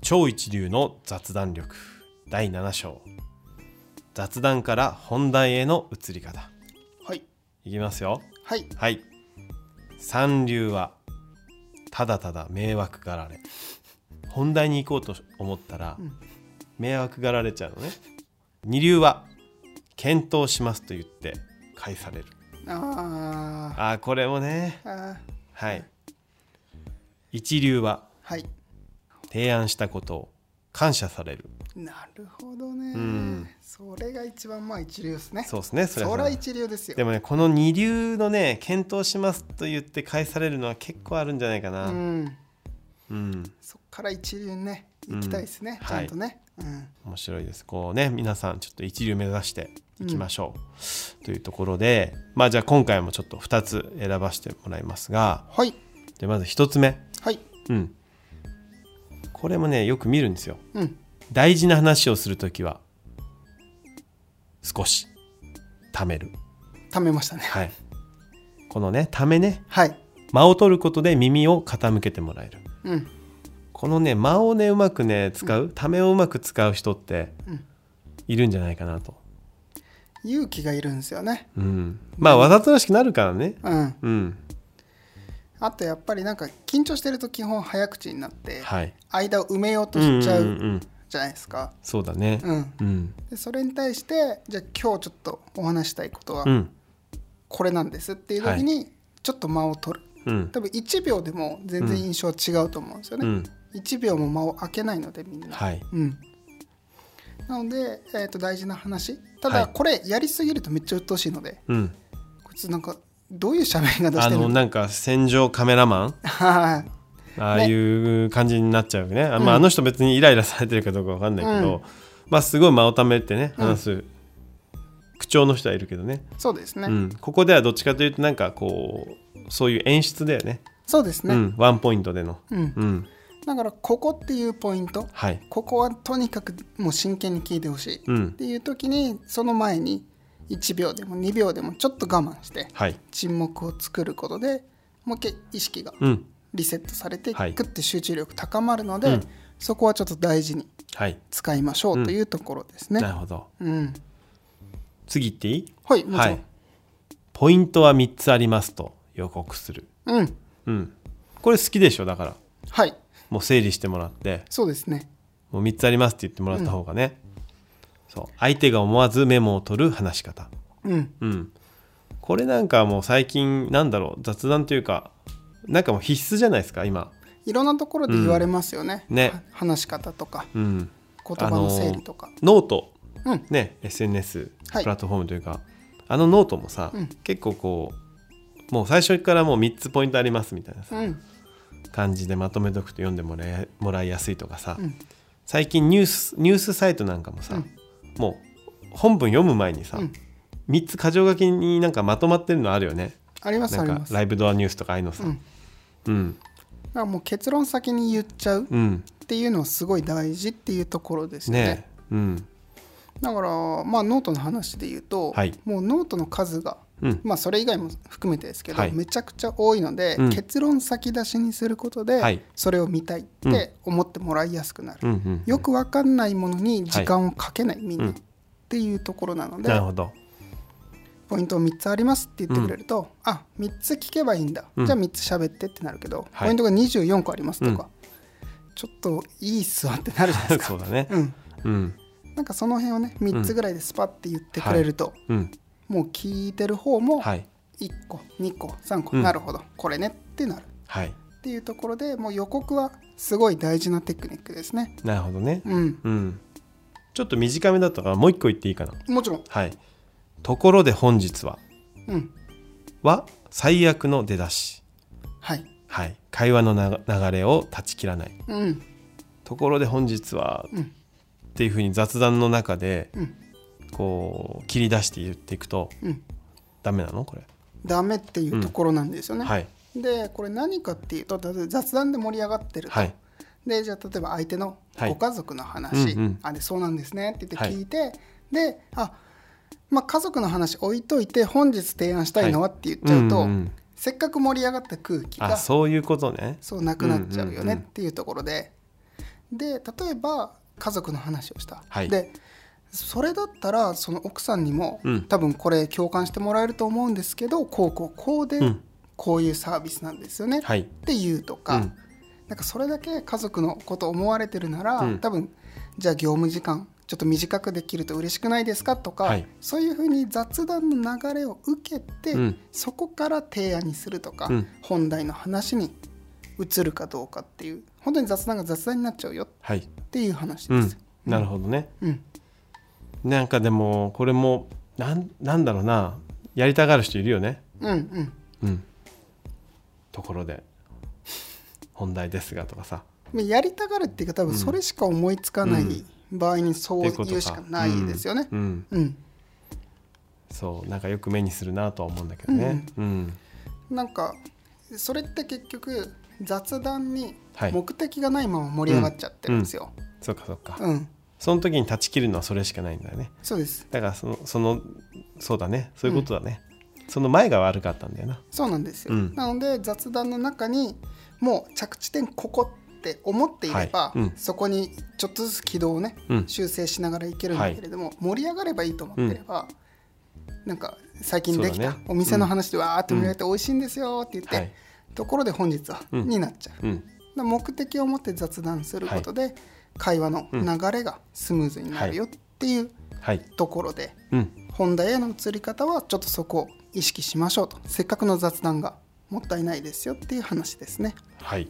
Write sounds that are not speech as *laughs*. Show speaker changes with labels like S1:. S1: 超一流の雑談力第7章雑談から本題への移り方
S2: はい
S1: いきますよ
S2: はい
S1: はい三流はただただ迷惑がられ本題に行こうと思ったら、
S2: ん
S1: 迷惑がられちゃうのね二流は検討しますと言って返される
S2: あ
S1: あーこれもね
S2: ーあー
S1: はい一流は
S2: はい
S1: 提案したことを感謝される
S2: なるほどね、
S1: ん
S2: それが一番まあ一流ですね
S1: そうですねそ
S2: そ
S1: れ
S2: れ
S1: は
S2: は一流ですよ
S1: でもねこの二流のね検討しますと言って返されるのは結構あるんじゃないかな、
S2: うん
S1: うん
S2: そっから一流にね行きたいですね、
S1: うん
S2: ちゃんとね、
S1: 面白いですこうね皆さんちょっと一流目指していきましょう、というところでまあじゃあ今回もちょっと2つ選ばせてもらいますが
S2: うんはい
S1: でまず1つ目
S2: はい
S1: うんこれもねよく見るんですよ
S2: うん
S1: 大事な話をするときは少し貯める
S2: 貯めましたね
S1: はいこのねためね
S2: はい
S1: 間を取ることで耳を傾けてもらえる
S2: うん
S1: このね間をねうまくね使うためをうまく使う人って
S2: うん
S1: いるんじゃないかなと、
S2: 勇気がいるんですよね
S1: うん、まあわざとらしくなるからね
S2: うん
S1: うん
S2: あとやっぱりなんか緊張してると基本早口になって、
S1: はい
S2: 間を埋めようとしち
S1: んん
S2: ゃううんじゃないですか
S1: そうだね
S2: うん、
S1: うん
S2: でそれに対してじゃあ今日ちょっとお話したいことは
S1: うん
S2: これなんですっていう時にちょっと間を取る、
S1: うん
S2: 多分1秒でも全然印象は違うと思うんですよ
S1: う
S2: ね、
S1: ん
S2: 1秒も間を空けないのでみんな、
S1: はい
S2: うん、なので、えー、と大事な話た
S1: は
S2: だ
S1: い
S2: これやりすぎるとめっちゃ鬱陶しいので
S1: うん
S2: こいつなんかどういう喋り方し
S1: あ
S2: てる
S1: の
S2: の
S1: なんか戦場カメラマン
S2: はい
S1: ああいう感じになっちゃうねあ,、まあ、あの人別にイライラされてるかどうかわかんないけど、まあすごい間を貯めてね話す、口調の人はいるけどね、
S2: そうですね、
S1: うん、ここではどっちかというとなんかこうそういう演出だよね
S2: そうですね、
S1: う
S2: うん
S1: ん、ワンポイントでの、うん、
S2: だからここっていうポイント
S1: はい、
S2: ここはとにかくもう真剣に聞いてほしい、
S1: うん
S2: っていう時にその前に1秒でも2秒でもちょっと我慢して
S1: はい、
S2: 沈黙を作ることでもう一回意識が
S1: うん、
S2: リセットされてグ
S1: はい
S2: ッて集中力高まるので、
S1: うん
S2: そこはちょっと大事に
S1: はい、
S2: 使いましょうというところですね
S1: な。るほど。
S2: うん、
S1: 次行っていい？
S2: はいもちろん、
S1: はい。ポイントは三つありますと予告する。
S2: うん
S1: うん、これ好きでしょだから、
S2: はい
S1: もう整理してもらって、
S2: そうですね
S1: もう三つありますって言ってもらった方がね、そう、相手が思わずメモを取る話し方。
S2: うん
S1: うん、これなんかもう最近なんだろう雑談というか、なんかもう必須じゃないですか今。
S2: いろんなところで言われますよね,、
S1: うんね
S2: は話し方とか
S1: うん、
S2: 言葉の整理とか、
S1: あのーノート
S2: うん
S1: ね、SNS プ
S2: は
S1: ラ
S2: い
S1: ットフォームというか、あのノートもさ、
S2: うん
S1: 結構こうもう最初からもう3つポイントありますみたいなさ
S2: うん
S1: 感じでまとめとくと読んでもらえもらいやすいとかさ、
S2: うん
S1: 最近ニュースニュースサイトなんかもさ、
S2: うん
S1: もう本文読む前にさ、
S2: うん
S1: 3つ箇条書きになんかまとまってるのあるよね
S2: あります
S1: な
S2: あ
S1: ん
S2: り
S1: か
S2: ます
S1: ライブドアニュースとかああいうのさ、
S2: うん
S1: うん
S2: だからもう結論先に言っちゃう
S1: うん
S2: っていうのはすごい大事っていうところですよね
S1: ねうん
S2: だからまあノートの話で言うと、
S1: はい
S2: もうノートの数が
S1: うん
S2: まあそれ以外も含めてですけど、
S1: はい
S2: めちゃくちゃ多いので、
S1: うん
S2: 結論先出しにすることで、
S1: はい
S2: それを見たいって思ってもらいやすくなる、
S1: うんうん
S2: よくわかんないものに時間をかけない、みんな、
S1: うん
S2: っていうところなので
S1: なるほど
S2: ポイント3つありますって言ってくれると、あ3つ聞けばいいんだ、
S1: うん
S2: じゃあ3つ喋ってってなるけど、
S1: はい
S2: ポイントが24個ありますとか、ちょっといいっすわってなるじゃないで
S1: *laughs*
S2: す
S1: そう
S2: か。
S1: だね
S2: うん
S1: うん
S2: なんかその辺をね3つぐらいでスパッて言ってくれると、
S1: うん
S2: もう聞いてる方も
S1: はい
S2: 1個2個3個、
S1: うん
S2: なるほどこれねってなる
S1: はい
S2: っていうところでもう予告はすごい大事なテクニックですね
S1: なるほどね、
S2: うん
S1: うん、ちょっと短めだったからもう一個言っていいかな
S2: もちろん
S1: はいところで本日は
S2: うん
S1: は最悪の出だし
S2: はい
S1: はい会話のな流れを断ち切らない
S2: うん
S1: ところで本日は、
S2: うん
S1: っていうふうに雑談の中で、
S2: うん
S1: こう切り出して言っていくと
S2: うん
S1: ダメなのこれ、
S2: ダメっていうところなんですよね、
S1: はい
S2: でこれ何かっていうと例えば雑談で盛り上がってると、
S1: はい
S2: でじゃあ例えば相手の
S1: はい
S2: ご家族の話、
S1: うんうん
S2: あでそうなんですねって言っ
S1: はい
S2: て聞いて、であまあ家族の話置いといて本日提案したいのはって言っちゃうと、
S1: うんうんうん
S2: せっかく盛り上がった空気
S1: あ
S2: が
S1: そういうことね
S2: そうなくなっちゃう
S1: う
S2: よ
S1: んうんうん
S2: ねっていうところで、で例えば家族の話をした、
S1: はい
S2: でそれだったらその奥さんにも、
S1: うん
S2: 多分これ共感してもらえると思うんですけどこうこうこうで、
S1: うん
S2: こういうサービスなんですよね、
S1: はい
S2: って言うとか、
S1: うん
S2: なんかそれだけ家族のこと思われてるなら、
S1: うん
S2: 多分じゃあ業務時間ちょっと短くできると嬉しくないですかとか、
S1: はい
S2: そういうふうに雑談の流れを受けて、
S1: うん
S2: そこから提案にするとか、
S1: うん
S2: 本題の話に移るかどうかっていう本当に雑談が雑談になっちゃうよ
S1: はい
S2: っていう話
S1: う
S2: で
S1: ん
S2: す。
S1: なるほどね
S2: うん、
S1: なんかでもこれもなんなんだろうなやりたがる人いるよね
S2: うん、うん、
S1: うんところで本題ですがとかさ
S2: まあやりたがるっていうか多分それしか思いつかない場合にそう
S1: っ
S2: い
S1: てことか
S2: うしかないですよね。
S1: うんうん
S2: うん、
S1: そうなんかよく目にするなとは思うんだけどねうん
S2: なんかそれって結局雑談に
S1: はい
S2: 目的がないまま盛り上がっちゃってるんですよ。
S1: そっかそっか
S2: うん、
S1: その時に断ち切るのはそれしかないんだよね
S2: そうです。
S1: だからそのそのそうだねそういうことだね、その前が悪かったんだよな
S2: そうなんですよ。
S1: うん
S2: なので雑談の中にもう着地点ここって思っていれば、
S1: はいうん
S2: そこにちょっとずつ軌道をね、
S1: うん
S2: 修正しながらいけるんだけれども、盛り上がればいいと思ってれば、なんか最近でき
S1: そう
S2: た
S1: だね
S2: お店の話でわーって盛り上がって美味しいんですよって言って、
S1: はい
S2: ところで本日は、
S1: うん
S2: になっちゃう。
S1: うん
S2: だから目的を持って雑談することで、会話の流れがスムーズになるよっていう
S1: はい
S2: ところで、
S1: うん
S2: 本題への移り方はちょっとそこを意識しましょうとせっかくの雑談がもったいないですよっていう話ですね
S1: はい